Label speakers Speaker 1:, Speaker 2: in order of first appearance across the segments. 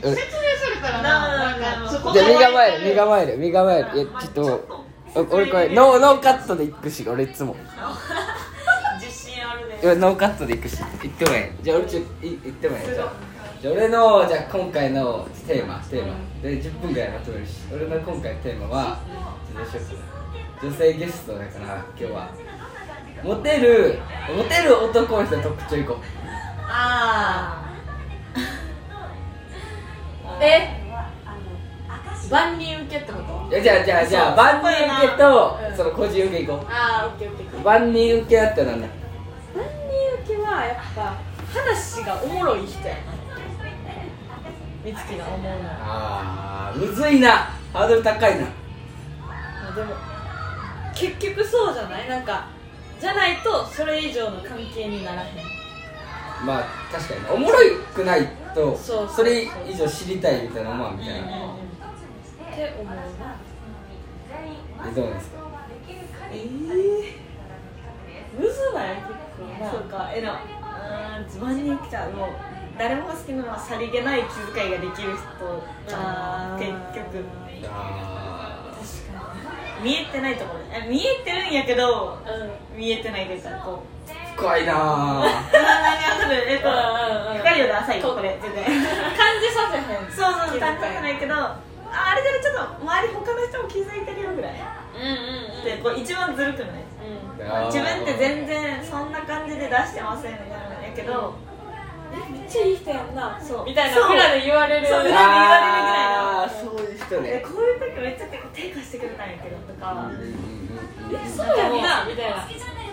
Speaker 1: 説明されたらななんかそこ
Speaker 2: じゃあ身構える身
Speaker 1: え
Speaker 2: 構える身構えるいやちょっとお俺これノーノーカットでいくし俺いつも
Speaker 3: 自信あるね
Speaker 2: いやノーカットでいくしいってもええじゃあ俺ちょっといいってもええじゃあじゃあ俺のじゃあ今回のテーマテーマで10分ぐらいまとめるし俺の今回のテーマはちょっとどうしようかな女性ゲストだから今日はモテるモテる男の人の特徴いこう
Speaker 3: ああ
Speaker 4: え万人受けってこと
Speaker 2: いやじゃあじゃあじゃあ万人受け
Speaker 4: うん
Speaker 2: とその個人受けいこ
Speaker 4: ああオッケーオッケー
Speaker 2: う万人受けだったらなんだ
Speaker 4: 万人受けはやっぱ話がおもろい人やな美月が思うのは
Speaker 2: あーむずいなハードル高いな
Speaker 4: あでも結局そうじゃないなんかじゃないとそれ以上の関係にならへん
Speaker 2: まあ確かになおもろいくないと
Speaker 4: そうそうそう
Speaker 2: それ以上知りたいみたいなまあみたいな
Speaker 4: って思うな
Speaker 2: えどうなんですか
Speaker 4: ええむずない結構な
Speaker 3: そうかえなうーん自慢に来たもう誰もが好きなのはさりげない気遣いができる人じゃ
Speaker 4: あ
Speaker 3: ん
Speaker 4: ー
Speaker 3: 結局
Speaker 2: あ
Speaker 3: 見えてないところねあ見えてるんやけど
Speaker 4: うん
Speaker 3: 見えてないというかこう
Speaker 2: ー深いなあ
Speaker 3: わかるえっと
Speaker 4: うんうんうん
Speaker 3: 深いよね浅いよこれ全然
Speaker 4: 感じさせへん
Speaker 3: そうそう単価じゃないけどああれじゃないちょっと周り他の人も気づいてるよぐらい
Speaker 4: うんうん
Speaker 3: でこう一番ずるくない
Speaker 4: うん
Speaker 3: 自分って全然そんな感じで出してませんみたいなんやけど
Speaker 4: えめっちゃいい人やんな
Speaker 3: そう
Speaker 4: みたい
Speaker 3: そ
Speaker 4: な
Speaker 3: う
Speaker 4: 裏で言われる
Speaker 3: そう裏で言われるぐらいの
Speaker 2: あーそういう人
Speaker 3: で
Speaker 2: ね
Speaker 3: こういう時めっちゃ手手貸してくれたんやけどとか
Speaker 2: うんうんうんうん
Speaker 4: えそうやんなみたいな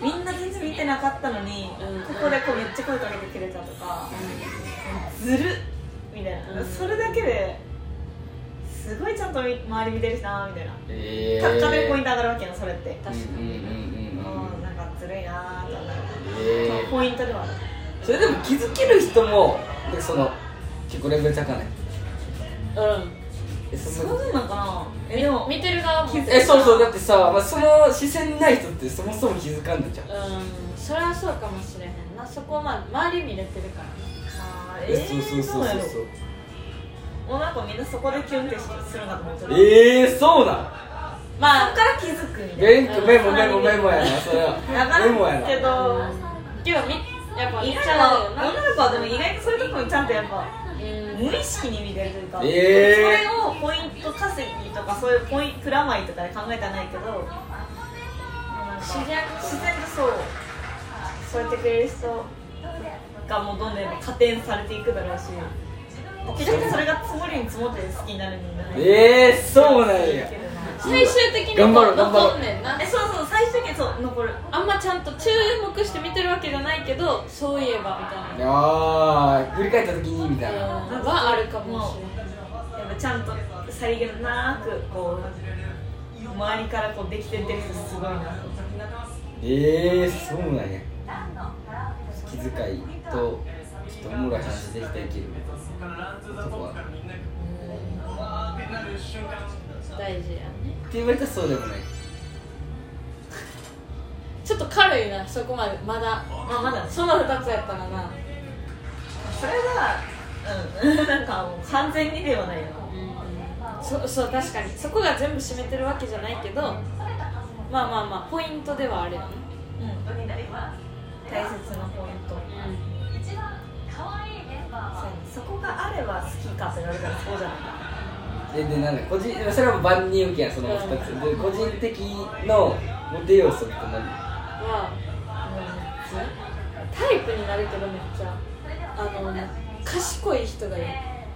Speaker 3: みんな全然見てなかったのに、
Speaker 4: うん
Speaker 3: ここでこうめっちゃ声かけてくれたとか、ずるっみたいな、
Speaker 4: うん
Speaker 3: それだけですごいちゃんとみ周り見てるしなみたいな
Speaker 2: えー
Speaker 3: 高めポイント上がるわけよそれって確か
Speaker 2: うんうんうんうんうん
Speaker 3: うんなんかずるいなーとか、
Speaker 2: えー
Speaker 3: ポイントではある
Speaker 2: それでも気づける人もでその結構レベル高ない
Speaker 4: うん
Speaker 2: え
Speaker 3: そ
Speaker 2: そんな
Speaker 3: うなのかなえでも
Speaker 4: 見てる側も
Speaker 3: 気づ
Speaker 2: えそうそうだってさ、まあ、その視線ない人ってそもそも気づかんのじゃん
Speaker 4: うんそれはそうかもしれへんなそこまで周り見れてるから
Speaker 3: あー
Speaker 2: えそうそうそ
Speaker 3: ど
Speaker 2: うそう
Speaker 3: やろ
Speaker 2: うそう
Speaker 3: もうなんかみんなそこでキュンってするんだと思ってる
Speaker 2: ええー、そうなん
Speaker 3: そっ
Speaker 4: まあ
Speaker 3: から気づくみたいな
Speaker 2: メモメモメモメモやなそれは
Speaker 3: わか
Speaker 2: メモや
Speaker 3: る
Speaker 2: な
Speaker 3: けど
Speaker 4: でもみやっぱ
Speaker 3: 意
Speaker 4: 見ち
Speaker 3: 外
Speaker 4: ゃうよ
Speaker 3: と
Speaker 4: な
Speaker 3: 女の子はでも意外とそういうとこにちゃんとやっぱ
Speaker 4: うん
Speaker 3: 無意識に見てるというか、
Speaker 2: えー
Speaker 3: それをポイント稼ぎとかそういうポイプラマイとかで考えたらないけどなんか
Speaker 4: 自然と
Speaker 3: 自然とそうそうやってくれる人がもうどんどんやっぱ加点されていくだろうし結局それが積もりに積もって好きになるんだね
Speaker 2: ええー、そうなんや
Speaker 3: けどな
Speaker 4: 最終的に
Speaker 2: 頑張ろう頑張ろう
Speaker 4: 残んねんな
Speaker 3: えそうそう最終的にそう残る
Speaker 4: あんまちゃんと注目して見てるわけじゃないけどそういえばみたいな
Speaker 2: あー振り返った時にみたいな
Speaker 4: うんはあるかもしれな
Speaker 3: や
Speaker 4: い
Speaker 3: っぱちゃんとさりげなくこう周りからこうできてってる人すごいなと思って
Speaker 2: ええー、そうなんや気遣いとちょっとおもろい話できていける男はっ
Speaker 4: 大事やね
Speaker 2: て言われたらそうでもない
Speaker 4: ちょっと軽いなそこまでまだ
Speaker 3: まあまだね
Speaker 4: その2つやったらな
Speaker 3: それがうんなんかもう完全にではないよ
Speaker 4: そそう確かにそこが全部占めてるわけじゃないけどまあまあまあポイントではあるよね
Speaker 3: うん大切なポイントそこがあれば好きかって言われたらそうじゃないか
Speaker 2: えでなんだ個人それは万人受けやその2つで個人的のモテ要素って何
Speaker 4: はタイプになるけどめっちゃあの賢い人がいい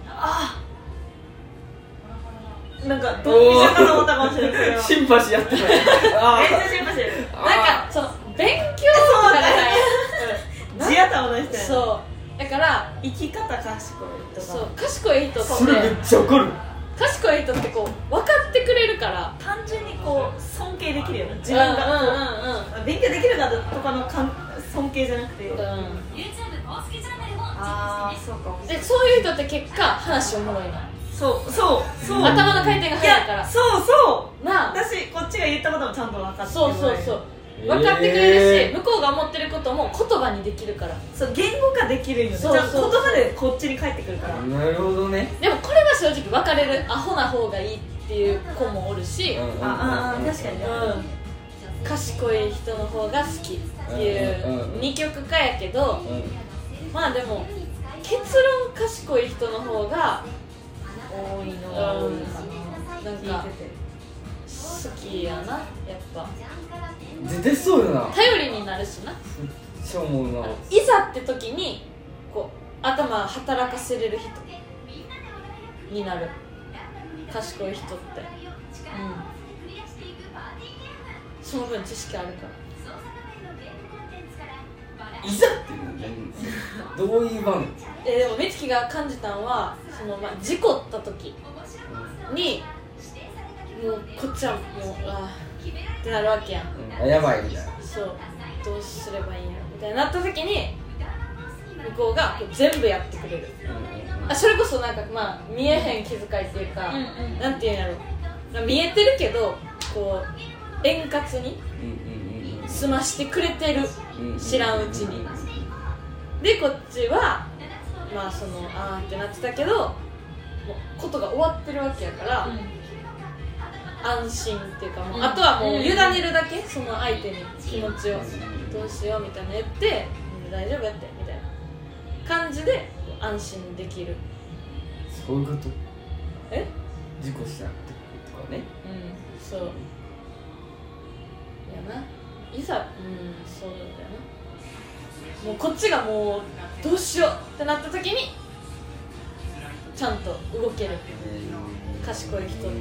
Speaker 3: ああなんかドンピシャ かと思ったかもしれないそれ
Speaker 2: シンパシーやってない
Speaker 3: は
Speaker 2: あ
Speaker 3: めっ
Speaker 2: ー
Speaker 3: ちゃ心配してる
Speaker 4: なんかその勉強とかが ない
Speaker 3: 地頭出してる
Speaker 4: そうだから
Speaker 3: 生き方賢いとか
Speaker 4: そう賢い人って
Speaker 2: それめっちゃわかる
Speaker 4: 賢い人ってこう分かってくれるから
Speaker 3: 単純にこう尊敬できるよね自分
Speaker 4: 自
Speaker 3: が
Speaker 4: 分
Speaker 3: こう
Speaker 4: がうんうんうん
Speaker 3: 勉強できるかとかのかん尊敬じゃなくて、
Speaker 4: う
Speaker 3: ああそうかも
Speaker 4: んでそういう人って結果話おもろいな
Speaker 3: そうそうそう
Speaker 4: 頭の回転が
Speaker 3: い
Speaker 4: 速いか
Speaker 3: や
Speaker 4: ら
Speaker 3: そうそう
Speaker 4: なあ
Speaker 3: 私こっちが言ったこともちゃんと分かって
Speaker 4: そうそうそう
Speaker 3: う
Speaker 4: 分かってくれる
Speaker 2: え
Speaker 4: し向こうが思ってることも言葉にできるから
Speaker 3: そう言語化できるよね
Speaker 4: そう
Speaker 3: ち
Speaker 4: そう
Speaker 3: ゃんと言葉でこっちに返ってくるから、
Speaker 2: ーなるほどね
Speaker 4: でもこれは正直分かれるアホな方がいいっていう子もおるし、
Speaker 2: うんうんうん
Speaker 3: ああ確かにね
Speaker 4: うん、賢い人の方が好きっていう
Speaker 2: うんうんうん
Speaker 4: 二極化やけど
Speaker 2: うん
Speaker 4: まあでも結論賢い人の方が多いのが多いかななん
Speaker 3: 聞い
Speaker 4: か
Speaker 3: てて
Speaker 4: 好きやなやっぱ
Speaker 2: 絶対そうよなめっ
Speaker 4: 頼りになるしな
Speaker 2: ちゃ思うない
Speaker 4: ざって時にこう頭働かせれる人になる賢い人ってうんその分知識あるから
Speaker 2: いざっていうのは何どういう場面
Speaker 4: えでも美月が感じたんはその、まあ、事故った時にもうこっちはもうあーってなるわけやん
Speaker 2: うんあやばいみたいな
Speaker 4: そうどうすればいいんやろみたいになった時に向こうがこう全部やってくれるあそれこそなんかまあ見えへん気遣いっていうか、
Speaker 3: うんうん
Speaker 4: なんていうんやろまあ見えてるけどこう円滑に
Speaker 2: うんうんうん
Speaker 4: 済ましてくれてる
Speaker 2: うんうん
Speaker 4: 知らんうちにでこっちはまあそのあーってなってたけどもうことが終わってるわけやから、安心っていうかもう、
Speaker 3: うん
Speaker 4: あとはもう
Speaker 3: うん
Speaker 4: 委ねるだけその相手に気持ちをどうしようみたいな言ってうん大丈夫やってみたいな感じで安心できる
Speaker 2: そういうこと
Speaker 4: え
Speaker 2: 事故したってことかね
Speaker 4: うんそうやないざうんそうだよなもうこっちがもうどうしようってなった時にちゃんと動ける賢い人っ
Speaker 2: う
Speaker 4: て
Speaker 2: ん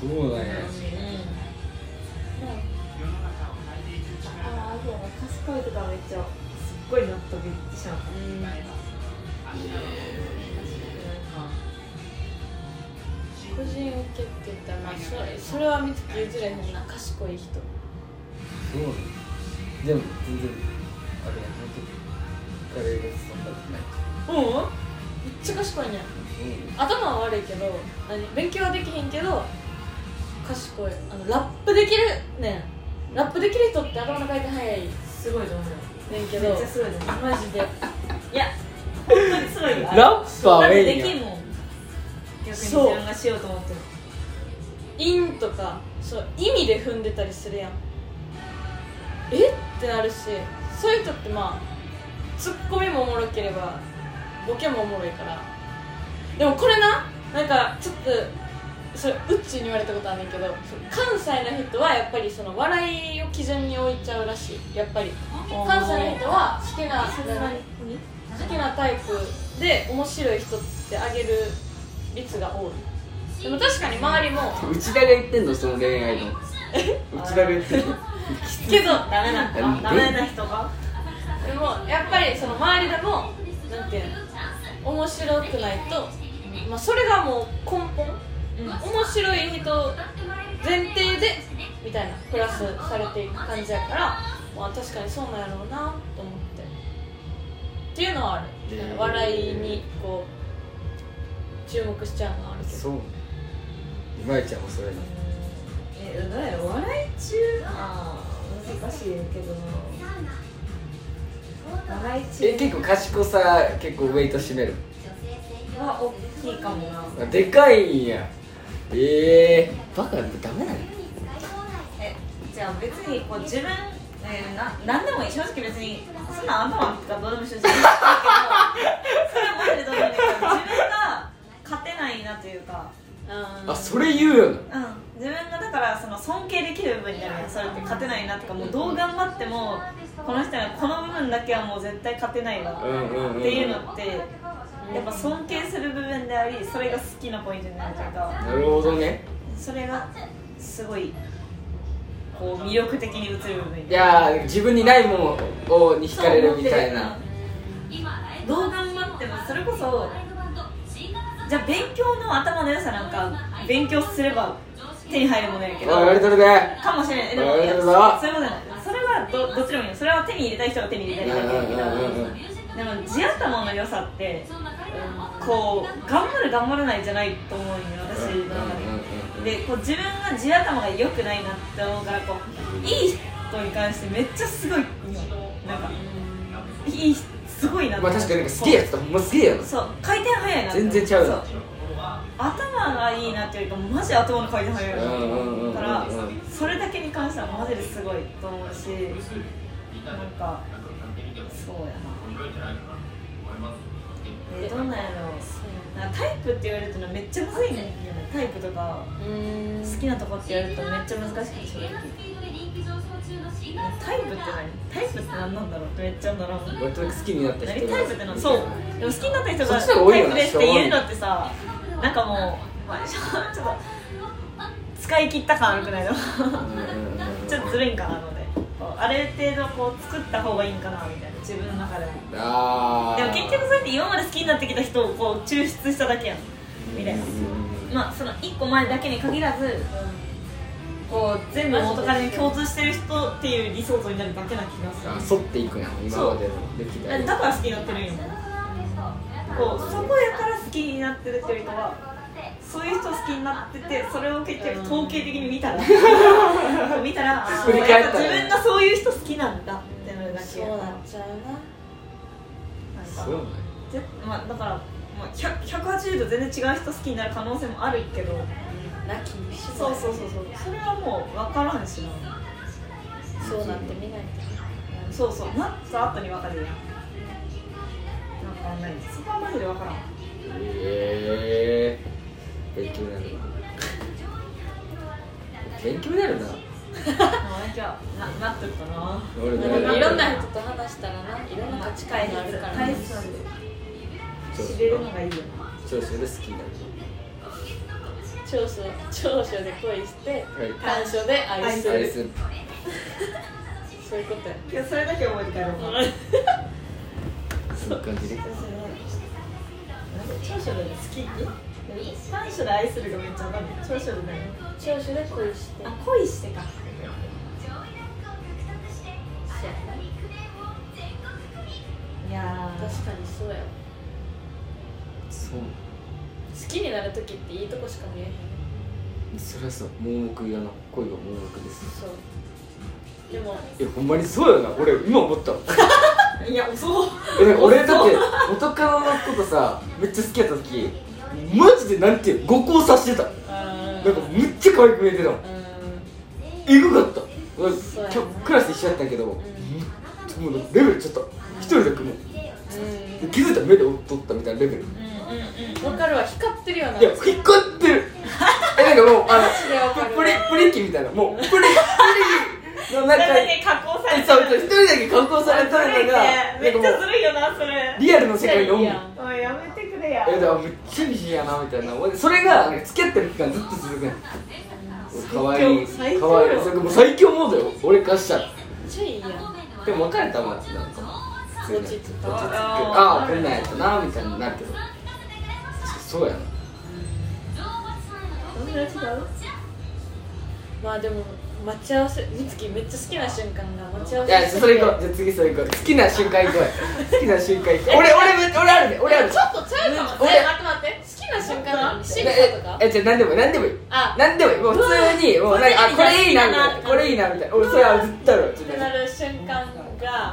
Speaker 2: そうだね
Speaker 3: ああそう賢いとかめっちゃすっごい納得しちゃう
Speaker 4: うん個人受けって言ったら、まあ、それそれは見つけ譲れへんな賢い人
Speaker 2: そうねでも全然あれや本当にカレーがそんなことない
Speaker 4: うんめっちゃ賢いね頭は悪いけど何勉強はできへんけど賢いあのラップできるねんラップできる人って頭の回転早いね
Speaker 3: すごい上
Speaker 4: んけ
Speaker 3: 手
Speaker 4: ど
Speaker 3: めっちゃすごい上手
Speaker 4: マジで
Speaker 3: いや本当にすごいよ
Speaker 2: うんラッパ
Speaker 3: だ
Speaker 2: ー
Speaker 3: って
Speaker 2: メイ
Speaker 3: で
Speaker 2: ン
Speaker 3: き
Speaker 2: や
Speaker 3: んもん逆に自
Speaker 4: そう
Speaker 3: 分がしようと思っても
Speaker 4: インとかそう意味で踏んでたりするやんえってなるしそういう人ってまあツッコミもおもろければボケもおもろいからでもこれななんかちょっとそれうっちに言われたことあんねんけどそう関西の人はやっぱりその笑いを基準に置いちゃうらしいやっぱり関西の人は好きな好きなタイプで面白い人ってあげる率が多いでも確かに周りも
Speaker 2: 内田が言ってんのその恋愛 の内田が言ってんの
Speaker 4: けど
Speaker 3: ダメな
Speaker 2: うん
Speaker 3: ダメな人が
Speaker 4: でもやっぱりその周りでもなんていうの面白くないと、まあ、それがもう根本、面白い人前提でみたいなプラスされていく感じやから、まあ、確かにそうなんやろうなと思ってっていうのはある、
Speaker 2: えー
Speaker 4: 笑いにこう注目しちゃうのはあるけど
Speaker 2: そうね今井ちゃんもそれな
Speaker 3: えだよ笑い中ああ難しいけどな笑い
Speaker 2: え
Speaker 3: 中
Speaker 2: 結構賢さ結構ウェイト占める
Speaker 3: は大きいかもな
Speaker 2: あでかいんやええー、バカダメなの
Speaker 3: えじゃあ別にこう自分えーな何でもいい正直別にそんな頭とかどうでも正直けどそれはマジでどうでもいいけど自分が勝てないなというか
Speaker 4: うん
Speaker 2: あそれ言うよな
Speaker 3: うん自分がだからその尊敬できる部分になるやんそれって勝てないなとかもうどう頑張ってもこの人はこの部分だけはもう絶対勝てないわ
Speaker 2: うんうんうん
Speaker 3: っていうのってやっぱ尊敬する部分でありそれが好きなポイントになるというか
Speaker 2: なるほどね
Speaker 3: それがすごいこう魅力的に映る部分に
Speaker 2: いやー自分にないものをに惹かれるみたいな
Speaker 3: どう頑張ってもそれこそじゃあ勉強の頭の良さなんか勉強すれば手に入るものやけど
Speaker 2: あ言われてるね
Speaker 3: かもしれないえでも
Speaker 2: なるほ
Speaker 3: そ
Speaker 2: ど
Speaker 3: ういうことじゃないそれはどどっちでもいいよそれは手に入れたい人が手に入れたい人が手に入れたい
Speaker 2: うんうんうんうん
Speaker 3: でも地頭の良さって、こう頑張る頑張らないじゃないと思うよ私の中で、でこう自分が地頭が良くないなって思うからこういい人に関してめっちゃすごいよなんかいい人すごいなって
Speaker 2: まあ確かになんか好きやつとほんますげえやな
Speaker 3: そう回転早いなって
Speaker 2: 全然ちゃうな
Speaker 3: そ頭がいいなっていうかマジ頭の回転早いなって思うから
Speaker 2: うんうんうんうん
Speaker 3: それだけに関してはマジですごいと思うしなんかそうやなえどんなんやろうなんかタイプって言われるとめっちゃむずいねんよねタイプとか
Speaker 4: うん
Speaker 3: 好きなとこって言われるとめっちゃ難しくて正直タイプって何タイプって何なんだろうってめっちゃならん
Speaker 2: 割と好きになった
Speaker 3: 何
Speaker 2: 人
Speaker 3: タイプってのそうでも好きになった人
Speaker 2: そ
Speaker 3: が
Speaker 2: っちの方が多
Speaker 3: タ
Speaker 2: いよ
Speaker 3: イ
Speaker 2: な
Speaker 3: プですって言うのってさなんかもう、まあ、ちょっと使い切った感あるくないの
Speaker 2: うんうんうんうん
Speaker 3: ちょっとずるいんかなのでこうある程度こう作った方がいいんかなみたいな自分の中でも
Speaker 2: あ
Speaker 3: で
Speaker 2: ー
Speaker 3: も結局そうやって今まで好きになってきた人をこう抽出しただけやんみたいな
Speaker 2: うん
Speaker 3: まあその1個前だけに限らずこう全部元彼に共通してる人っていう理想像になるだけな気がする
Speaker 2: あ沿っていくやん今までのできた
Speaker 3: だから好きになってるんやもんこうそこやから好きになってるっていうよりかはそういう人好きになっててそれを結局統計的に見 たら見たらあ
Speaker 2: 振り返ったら
Speaker 3: 自分がそういう人好きなんだってなるだけ
Speaker 4: そ
Speaker 3: やか
Speaker 4: う
Speaker 3: ら
Speaker 4: なっちゃう
Speaker 3: なんか
Speaker 2: そうなんや
Speaker 3: ぜまあ、だから、まあ、100 180度全然違う人好きになる可能性もあるけど
Speaker 4: なラッキーにし
Speaker 3: そうそうそうそうそれはもう分からんしな
Speaker 4: そうなってみない
Speaker 3: そうそうなった後に分かるやんなんかあんないそこはマジで分 からん
Speaker 2: へえ勉強になるな勉強になるな
Speaker 3: じゃあななっとるかな
Speaker 2: 俺
Speaker 4: と
Speaker 2: ね
Speaker 4: なんかいろんな人と話したらないろんな価値観があるから
Speaker 3: 大
Speaker 4: ね
Speaker 3: 切なんで
Speaker 2: そうそう
Speaker 3: 知れるのがいいよ
Speaker 2: 長所で好きになる
Speaker 4: 長所長所で恋して
Speaker 2: は
Speaker 4: 短所で愛す
Speaker 2: いアイ
Speaker 4: る
Speaker 2: ス
Speaker 4: そういうことや
Speaker 3: いやそれだけ覚えて帰ろうかな
Speaker 2: そういう感じで
Speaker 3: 長所で好き短所で愛するがめっちゃ分かんない長所で何
Speaker 4: 長所で恋して
Speaker 3: あ恋してかいやー
Speaker 4: 確かにそうやわ
Speaker 2: そう
Speaker 4: 好きになる時っていいとこしか見えへん
Speaker 2: それはそう盲目やな恋が盲目です
Speaker 4: そうでも
Speaker 2: いやほんまにそうやな俺今思った
Speaker 3: いやそう
Speaker 2: えなんか俺だって元カノのことさめっちゃ好きやった時マジでなんていうの五交差してた
Speaker 4: うん
Speaker 2: なんかめっちゃ可愛く見えてたもんえぐかった俺
Speaker 4: そうやな
Speaker 2: 今日クラス一緒やったんやけど、もうもうレベルちょっと一人で組む
Speaker 4: う
Speaker 2: 気づいたら目で追っとったみたいなレベルい
Speaker 4: んわかるわ光ってるよな
Speaker 2: や光ってるえなんかもうあ
Speaker 4: それわか
Speaker 2: の
Speaker 4: る
Speaker 2: プリプリ機みたいなもうプリプリ機の
Speaker 3: それ
Speaker 2: 中
Speaker 3: だ
Speaker 2: に
Speaker 3: け加工されて
Speaker 2: そうそう
Speaker 3: る
Speaker 2: 一人だけ加工されとるのが
Speaker 3: めっち
Speaker 2: なん
Speaker 3: ゃ
Speaker 2: か
Speaker 3: ず
Speaker 2: も
Speaker 3: るいよなそれ
Speaker 2: うリアルの世界におん
Speaker 4: い
Speaker 2: の
Speaker 4: や
Speaker 3: おいやめてくれや
Speaker 2: えだからめっちゃ美人やなみたいな俺それがなんか付き合ってる期間ずっと続くねんかわいい
Speaker 3: 最強
Speaker 2: かわいいそれもう最強モードよ俺からしたら
Speaker 4: めっちゃいいやん
Speaker 2: でも別れたもんなんか普通に
Speaker 4: 落ち着いた
Speaker 2: 落ち着くあ
Speaker 3: あー
Speaker 2: あ分かんないやつなみたいになるけどそうやな
Speaker 3: どんぐらい違う
Speaker 4: まあでも待ち合わせ美月めっちゃ好きな瞬間が待ち合わ
Speaker 2: い
Speaker 4: せ
Speaker 2: やそれ行こうじゃあ次それ行こう好きな瞬間行こう好きな瞬間行こう俺俺め俺あるね俺ある
Speaker 4: ちょっとちゃうかも
Speaker 2: 俺
Speaker 4: え待って待って好きな瞬間なのシ
Speaker 2: え
Speaker 4: ーとか
Speaker 2: ええじゃあ何でもいい何でもいい
Speaker 4: あ
Speaker 2: 何でもいいもう普通にもうなんかあこ
Speaker 4: こ
Speaker 2: れ
Speaker 4: れ
Speaker 2: い
Speaker 4: い
Speaker 2: い
Speaker 4: い
Speaker 2: な
Speaker 4: な
Speaker 2: みたいなこれいいなみたいな俺それは絶対あるわちょっ
Speaker 4: って
Speaker 2: と
Speaker 4: なる瞬間が、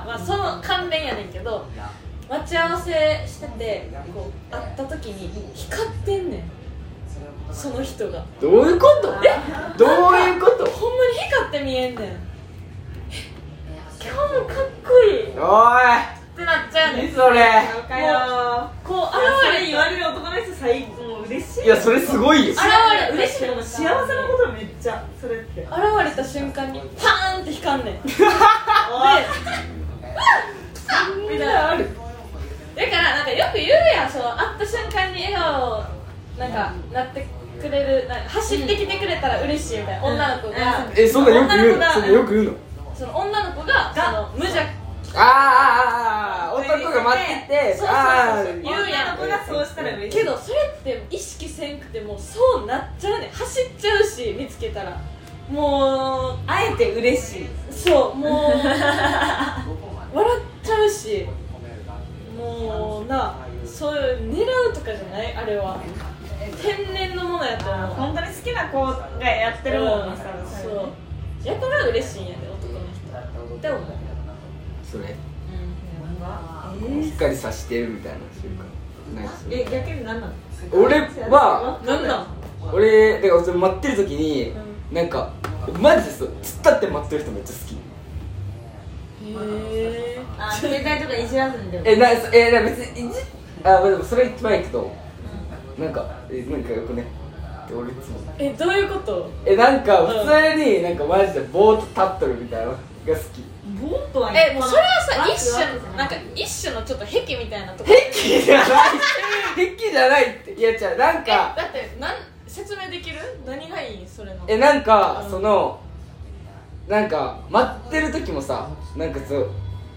Speaker 4: まあ、その関連やねんけど待ち合わせしててこう会った時に光ってんねんその人が
Speaker 2: どういうことどういうこと
Speaker 4: ほんまに光って見えんねんえ今日もかっこいいっ
Speaker 2: お
Speaker 4: てなっちゃう
Speaker 2: い
Speaker 4: ねん
Speaker 2: 何それ
Speaker 3: 了解よ
Speaker 4: こう
Speaker 3: そ
Speaker 4: 現
Speaker 3: れ
Speaker 4: れ
Speaker 3: 言われる男の人最もう嬉しい
Speaker 2: いやそれすごいよ
Speaker 4: あ
Speaker 3: 現れ
Speaker 4: 現れ
Speaker 3: 嬉しいでも幸せなことめっちゃそれって
Speaker 4: 現れた瞬間にパーンって光んねんでみたいな
Speaker 2: ある
Speaker 4: だからなんかよく言うやんその会った瞬間に笑顔なんかなってくれるなんか走ってきてくれたら嬉しいみたいな、女の子が、
Speaker 2: えそんなんよく言う
Speaker 4: 女の子
Speaker 2: の
Speaker 4: が
Speaker 2: そんなんよく言うの
Speaker 4: その女の子がその無邪
Speaker 2: あーあーあーあー男が待ってて
Speaker 4: そうそうそうそう
Speaker 2: ああ
Speaker 4: 言うやん
Speaker 3: 女の子がそうしたら嬉しい
Speaker 4: けどそれって意識せんくてもそうなっちゃうねん走っちゃうし見つけたらもう
Speaker 3: あえて嬉しい
Speaker 4: そうもう笑っちゃうしもうなそういう狙うとかじゃないあれは天然のものやと
Speaker 3: あー
Speaker 4: 思う
Speaker 3: 本当に好きな子がやってるもんなさ
Speaker 4: そうやから嬉しいんやで男の人って思う
Speaker 2: それ
Speaker 3: なんか
Speaker 2: しっかりさしてるみたいな瞬間ない
Speaker 3: え逆に何なの
Speaker 2: 俺は
Speaker 4: なんなん
Speaker 2: 俺だからそれ待ってる時に、
Speaker 4: う
Speaker 2: なんかマジでそう突っ立って待ってる人めっちゃ好き
Speaker 4: へえ
Speaker 3: あ携帯とかいじらずにでも
Speaker 2: えなそえな別にいじあでもそれ一番いいけどなんかえなんかよくね俺いつも
Speaker 4: えどういうこと
Speaker 2: えなんか
Speaker 4: うん
Speaker 2: 普通になんかマジでぼーっと立っとるみたいなのが好き
Speaker 3: ボートは
Speaker 4: えもうそれは
Speaker 3: ワク
Speaker 4: さ一
Speaker 3: ワクじゃ
Speaker 4: 種
Speaker 3: な
Speaker 4: ないんか一種のちょっと癖みたいなとこ
Speaker 2: ヘッキじゃないヘッキじゃないっていや違うなん
Speaker 4: えだ
Speaker 2: か
Speaker 4: ってなん説明できる何がいいそれの
Speaker 2: えなんか
Speaker 4: うん
Speaker 2: そのなんか待ってる時もさなんかそう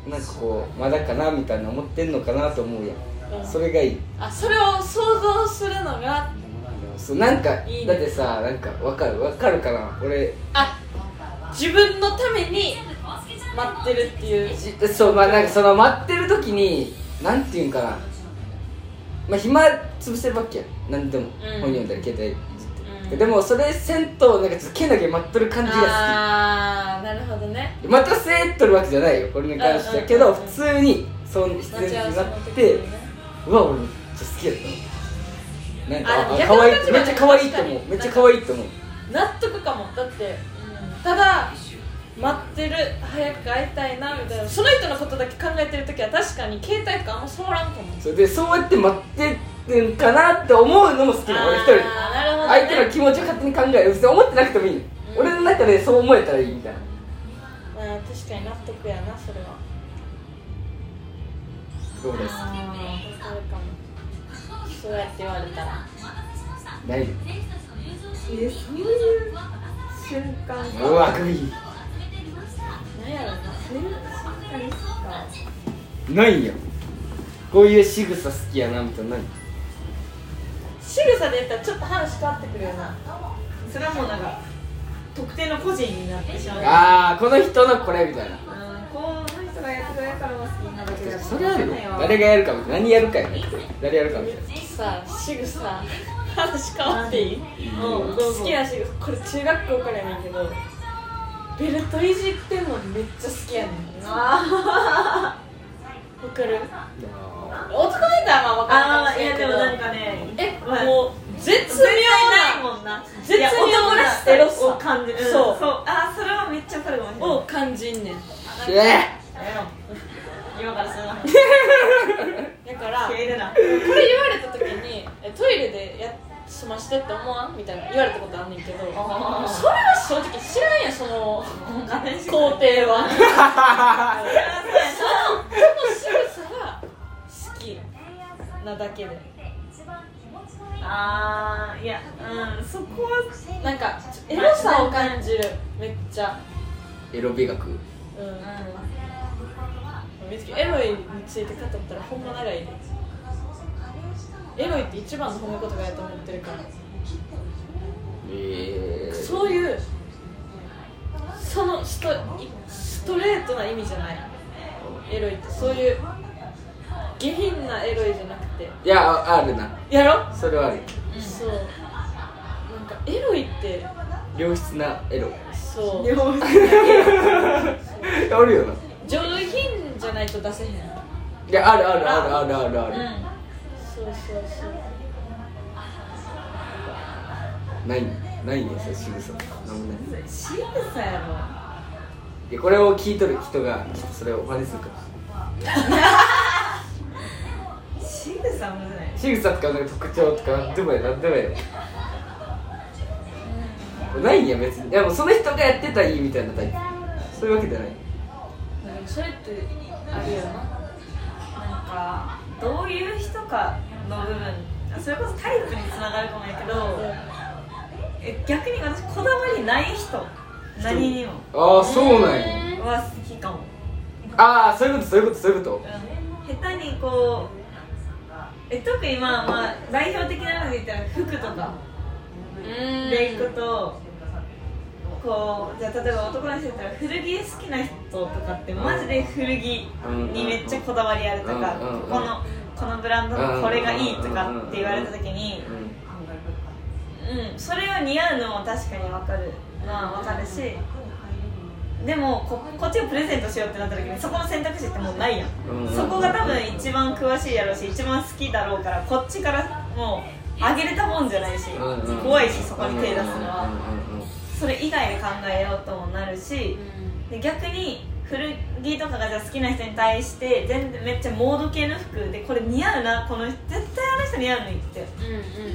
Speaker 2: なんかこうまだかなみたいな思ってんのかなと思うや
Speaker 4: うん
Speaker 2: んそれがいい
Speaker 4: あそれを想像するのが
Speaker 2: そうなんか
Speaker 4: いいね
Speaker 2: だってさなんかわかるわかるかな俺
Speaker 4: あ自分のために待ってるっていう
Speaker 2: じそうまあなんかその待ってる時になんていうんかなまあ暇潰せるわけやんなんでも、
Speaker 4: うん
Speaker 2: 本読んだり携帯いじって、
Speaker 4: うん
Speaker 2: でもそれせんとなんかちょっと剣だけ待っとる感じが
Speaker 4: ああなるほどね
Speaker 2: 好き待たせっとるわけじゃないよこれに関してはけ
Speaker 4: う
Speaker 2: ど
Speaker 4: んうんうんうん
Speaker 2: 普通にそう必
Speaker 4: 待ち
Speaker 2: 然
Speaker 4: 合わ
Speaker 2: に
Speaker 4: せ
Speaker 2: な
Speaker 4: の
Speaker 2: っ
Speaker 4: 時
Speaker 2: て
Speaker 4: に
Speaker 2: うわ俺めっ
Speaker 4: ね
Speaker 2: ちゃ好きやったなん
Speaker 4: あ
Speaker 2: か
Speaker 4: で
Speaker 2: あ
Speaker 4: も
Speaker 2: 可愛い
Speaker 4: 逆の立場
Speaker 2: めっちゃ可愛いと思うめ
Speaker 4: 確かに
Speaker 2: っちゃ可愛いと思う
Speaker 4: 納得かもだってただ待ってる早く会いたいなみたいなその人のことだけ考えてる時は確かに携帯とかあんま触らんかも
Speaker 2: それでそうやって待ってるんかなって思うのも好きなの俺一人で
Speaker 4: あーなるほど、ね、
Speaker 2: 相手の気持ちを勝手に考える別に思ってなくてもいいの、
Speaker 4: うん
Speaker 2: 俺の中でそう思えたらいいみたいな
Speaker 4: あー確かに納得やなそれは
Speaker 2: どうです
Speaker 4: ああわかるかもそうやって言われたら
Speaker 2: 大丈
Speaker 3: えそういう瞬間
Speaker 2: 夫うわグビ
Speaker 4: なんやろうな
Speaker 3: そういう瞬間ですか
Speaker 2: ないよこういう仕草好きやなみたいなのない
Speaker 4: 仕草で言ったらちょっと話変わってくるよな
Speaker 3: それはもうなんか特定の個人になってしまう
Speaker 2: ああこの人のこれみたい
Speaker 3: うん
Speaker 2: な
Speaker 3: この人がやってくれたから好きになるけど
Speaker 2: それあるよ誰がやるかみたいな何やるかやね誰やるかみたいな
Speaker 4: さ仕草話変わっていい
Speaker 3: うんどうぞ
Speaker 4: 好きな仕草これ中学校からやねんけどベルトいじってんのめっちゃ好きやねんわ
Speaker 3: あ
Speaker 4: かる
Speaker 2: あ
Speaker 4: 男だったらまあ
Speaker 3: ー
Speaker 4: わかるかも
Speaker 3: あ
Speaker 4: し
Speaker 3: ーい
Speaker 4: れん
Speaker 3: や
Speaker 4: け
Speaker 3: でも
Speaker 4: ど
Speaker 3: なんかね
Speaker 4: え
Speaker 3: はい
Speaker 4: もう絶
Speaker 3: 絶
Speaker 4: 妙
Speaker 3: 対ない
Speaker 4: な
Speaker 3: もんな
Speaker 4: 絶妙ない
Speaker 3: や男らしさ
Speaker 4: エロさ
Speaker 3: を感じる、ん、
Speaker 4: そう
Speaker 3: あーそれはめっちゃわかるかもしれない
Speaker 4: を感じんねん
Speaker 2: ーえ
Speaker 3: やめろ今からするな
Speaker 4: だから
Speaker 3: 消えるな
Speaker 4: これ言われた時にえトイレでや済ましてって思わんみたいな言われたことあんねんけどそれ
Speaker 3: あ
Speaker 4: は
Speaker 3: ー
Speaker 4: 正直知らんやんそ の
Speaker 3: もう画面しか
Speaker 4: 工程は そのその仕草が好きなだけで
Speaker 3: あーいやうんそこは
Speaker 4: なんかエロさを感じるめっちゃ
Speaker 2: ーエロ美学
Speaker 4: うん
Speaker 3: う
Speaker 4: 美月エロいについて語ったらほんま長いでエロいって一番の褒め言葉やと思ってるから
Speaker 2: ええ
Speaker 4: そういうそのストストレートな意味じゃないエロいってそういう下品なエロいじゃなくて
Speaker 2: いやああるな
Speaker 4: やろ、
Speaker 2: それはある
Speaker 4: そうなんかエロいって
Speaker 2: 良質なエロ
Speaker 4: そ
Speaker 3: ん
Speaker 4: う
Speaker 3: 両方
Speaker 2: あるよな
Speaker 4: 上品じゃないと出せへん
Speaker 2: いやあるあるあるあるあるあ
Speaker 3: う
Speaker 2: る、
Speaker 3: ん
Speaker 4: そうそうそう
Speaker 2: ないないねそれ仕草なんもない
Speaker 3: 仕草や
Speaker 2: いやこれを聞いとる人がちょっとそれを真似するかも
Speaker 3: ろ仕草はむずない
Speaker 2: 仕草とかなんか特徴とかなんでもええなんでもええないんや別にでもうその人がやってたらいいみたいなタイプそういうわけじゃない
Speaker 4: なんかそれってあるよな
Speaker 3: なんかどういう人かの部分それこそタイプにつながるかもやけどえ逆に私こだわりない人何にも
Speaker 2: ああそうなんや
Speaker 3: は好きかも、
Speaker 2: ああそういうことそういうことそういうこ
Speaker 3: うん、下手にこうえ特にまあまあ代表的なので言ったら服とか
Speaker 4: うん
Speaker 3: でいくと、こうじゃあ例えば男の人だったら古着好きな人とかってマジで古着にめっちゃこだわりあるとか
Speaker 2: うん
Speaker 3: ここのこのブランドのこれがいいとかって言われた時にうんそれは似合うのも確かに分かるのは分かるしでもここっちをプレゼントしようってなった時にそこの選択肢ってもうないやんそこが多分一番詳しいやろうし一番好きだろうからこっちからもうあげれたもんじゃないし怖いしそこに手出すのはそれ以外で考えようともなるしで逆に古着とかがじゃあ好きな人に対して全然めっちゃモード系の服でこれ似合うなこの人絶対あの人似合うのにって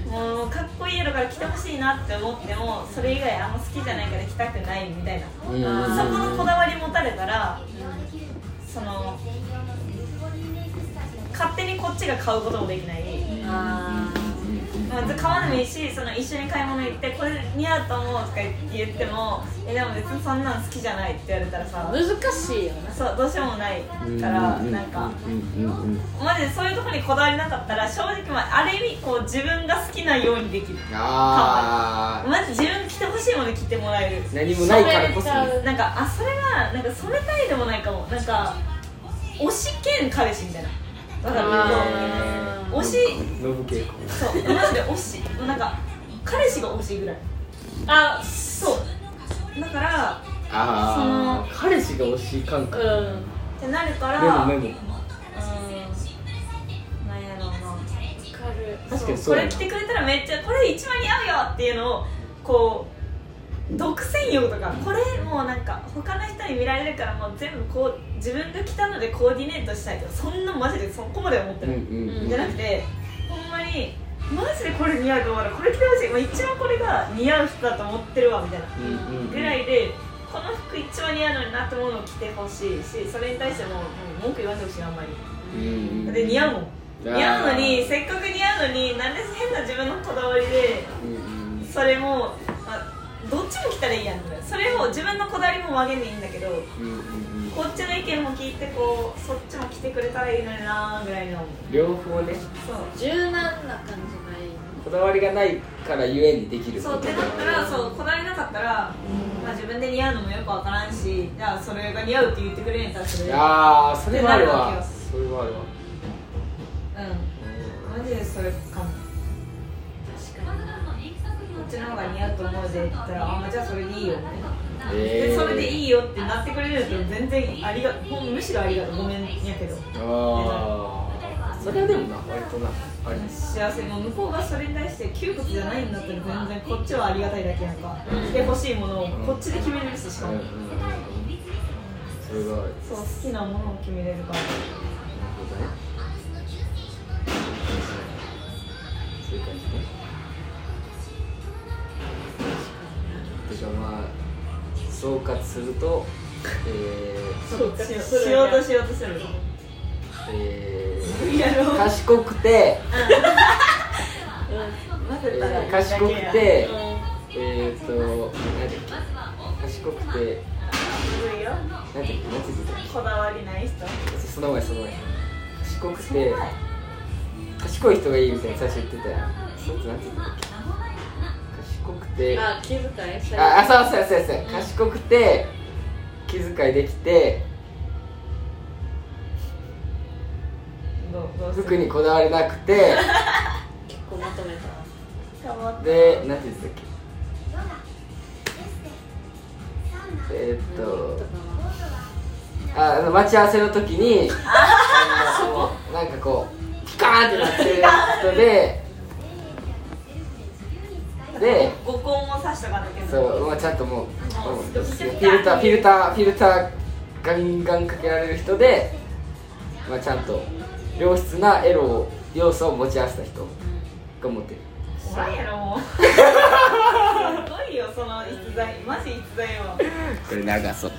Speaker 3: もうかっこいい色から着てほしいなって思ってもそれ以外あんま好きじゃないから着たくないみたいなそこのこだわり持たれたらその勝手にこっちが買うこともできないあ
Speaker 2: うん
Speaker 3: まず買わんでもいいしその一緒に買い物行ってこれ似合うと思うとか言ってもえでも別にそんなん好きじゃないって言われたらさ
Speaker 4: 難しいよね
Speaker 3: そうどうしようもないからなんかマジでそういうところにこだわりなかったら正直まあある意味こう自分が好きなようにできる
Speaker 2: ああ
Speaker 3: マジ自分が着てほしいもの着てもらえる
Speaker 2: 何もないからこそ
Speaker 3: なんかあそれはなんかそれたいでもないかもなんか推し兼彼氏みたいなわかる
Speaker 4: あー
Speaker 3: 推し
Speaker 2: 信稽古
Speaker 3: そうマジで推しなんか彼氏が推しぐらい
Speaker 4: あ
Speaker 3: そうだから
Speaker 2: ああ彼氏が推し感
Speaker 4: う
Speaker 2: 覚
Speaker 3: っ
Speaker 4: ん
Speaker 3: てなるから
Speaker 2: メモメモ
Speaker 3: うんなんやろうな
Speaker 4: 軽い
Speaker 2: 確かにそ
Speaker 3: こ
Speaker 2: うや
Speaker 3: れ着
Speaker 2: な
Speaker 3: てくれたらめっちゃこれ一番似合うよっていうのをこう独占欲とかこれもうなんか他の人に見られるからもう全部こう自分が着たのでコーディネートしたいとかそんなマジでそこまでは思って
Speaker 2: うん
Speaker 3: な
Speaker 2: う
Speaker 3: い、
Speaker 2: んうん
Speaker 3: じゃなくてほんまにマジでこれ似合うと思うからこれ着てほしい、まあ、一番これが似合う人だと思ってるわみたいな
Speaker 2: うんうん
Speaker 3: ぐらいでこの服一番似合うのになってものを着てほしいしそれに対してももう文句言わんでほしいあんまり
Speaker 2: うん
Speaker 3: だって似合うもん
Speaker 2: あー
Speaker 3: 似合うのにせっかく似合うのになんで変な自分のこだわりで
Speaker 2: うんうん
Speaker 3: それもあどっちも着たらいいやんみたいなそれを自分のこだわりも曲げんでいいんだけど
Speaker 2: うんうんうん
Speaker 3: こっちの意見も聞いてこうそっちも着てくれたらいいのになーぐらいの
Speaker 2: 両方ね
Speaker 3: そう
Speaker 4: 柔軟な感じがいい
Speaker 2: こだわりがないからゆえにできる
Speaker 3: そうっ
Speaker 2: こと
Speaker 3: て
Speaker 2: だ
Speaker 3: なったらそうこだわりなかったら、まあ、自分で似合うのもよくわからんしじゃあそれが似合うって言ってくれるんやったらそれでうん
Speaker 2: あーそれはある
Speaker 3: ってなるわ
Speaker 2: わ
Speaker 3: けよ
Speaker 2: それはあるわ
Speaker 3: マジでそれかも
Speaker 5: 確かにこっちの方が似合うと思うぜって言ったらあじゃあそれでいいよね
Speaker 2: え
Speaker 3: で
Speaker 2: ー
Speaker 3: それでいいよってなってくれると全然ありがもうむしろありがとうごめんやけど
Speaker 2: ああそれはでもな割となありです
Speaker 3: 幸せもう向こうがそれに対して窮屈じゃないんだったら全然こっちはありがたいだけやんか着てほしいものをこっちで決めれるしし
Speaker 2: う
Speaker 3: か
Speaker 2: んうんう
Speaker 3: も
Speaker 2: んそれはある
Speaker 3: そう好きなものを決めれるから
Speaker 2: なるほどねそういう感じねてかまあ総括するとえ
Speaker 4: そうか
Speaker 3: しよう
Speaker 4: そう
Speaker 3: し
Speaker 4: や
Speaker 3: よ
Speaker 4: ね
Speaker 3: うとしようとする
Speaker 2: ー、え
Speaker 3: やろ
Speaker 2: ー、賢くて、
Speaker 3: 混
Speaker 2: え
Speaker 3: ぜたらい
Speaker 2: ー、
Speaker 3: いだけや
Speaker 2: 賢くて
Speaker 4: う
Speaker 2: えー、っと何だっけ賢くて
Speaker 3: 古いよ
Speaker 2: 何だっけ何て言ってたっ
Speaker 3: こだわりない人
Speaker 2: けその前その前賢くて賢い人がいいみたいに最初言ってたやんそいつ何て言ってたっけ賢くて
Speaker 4: んあ気遣いされ
Speaker 2: ああそうそうそうそう賢くて気遣いできて
Speaker 3: どうどうす
Speaker 2: 服
Speaker 3: る
Speaker 2: にこだわりなく て
Speaker 4: 結構まとめた
Speaker 3: 頑張って
Speaker 2: で何て言ってたっけえー、っとああの待ち合わせの時にあのなんかこうピカーンってなってる人 でで
Speaker 3: 五根も刺したかったけ
Speaker 2: そ
Speaker 3: ど
Speaker 2: う、まあ、ちゃんともうもうフ
Speaker 3: ドキドキ
Speaker 2: ィルターフィルターフィルターガンガンかけられる人で、まあ、ちゃんと良質なエロを要素を持ち合わせた人が持ってる
Speaker 3: お前やろも うすごいよその逸材マジ逸材よ
Speaker 2: これ長そう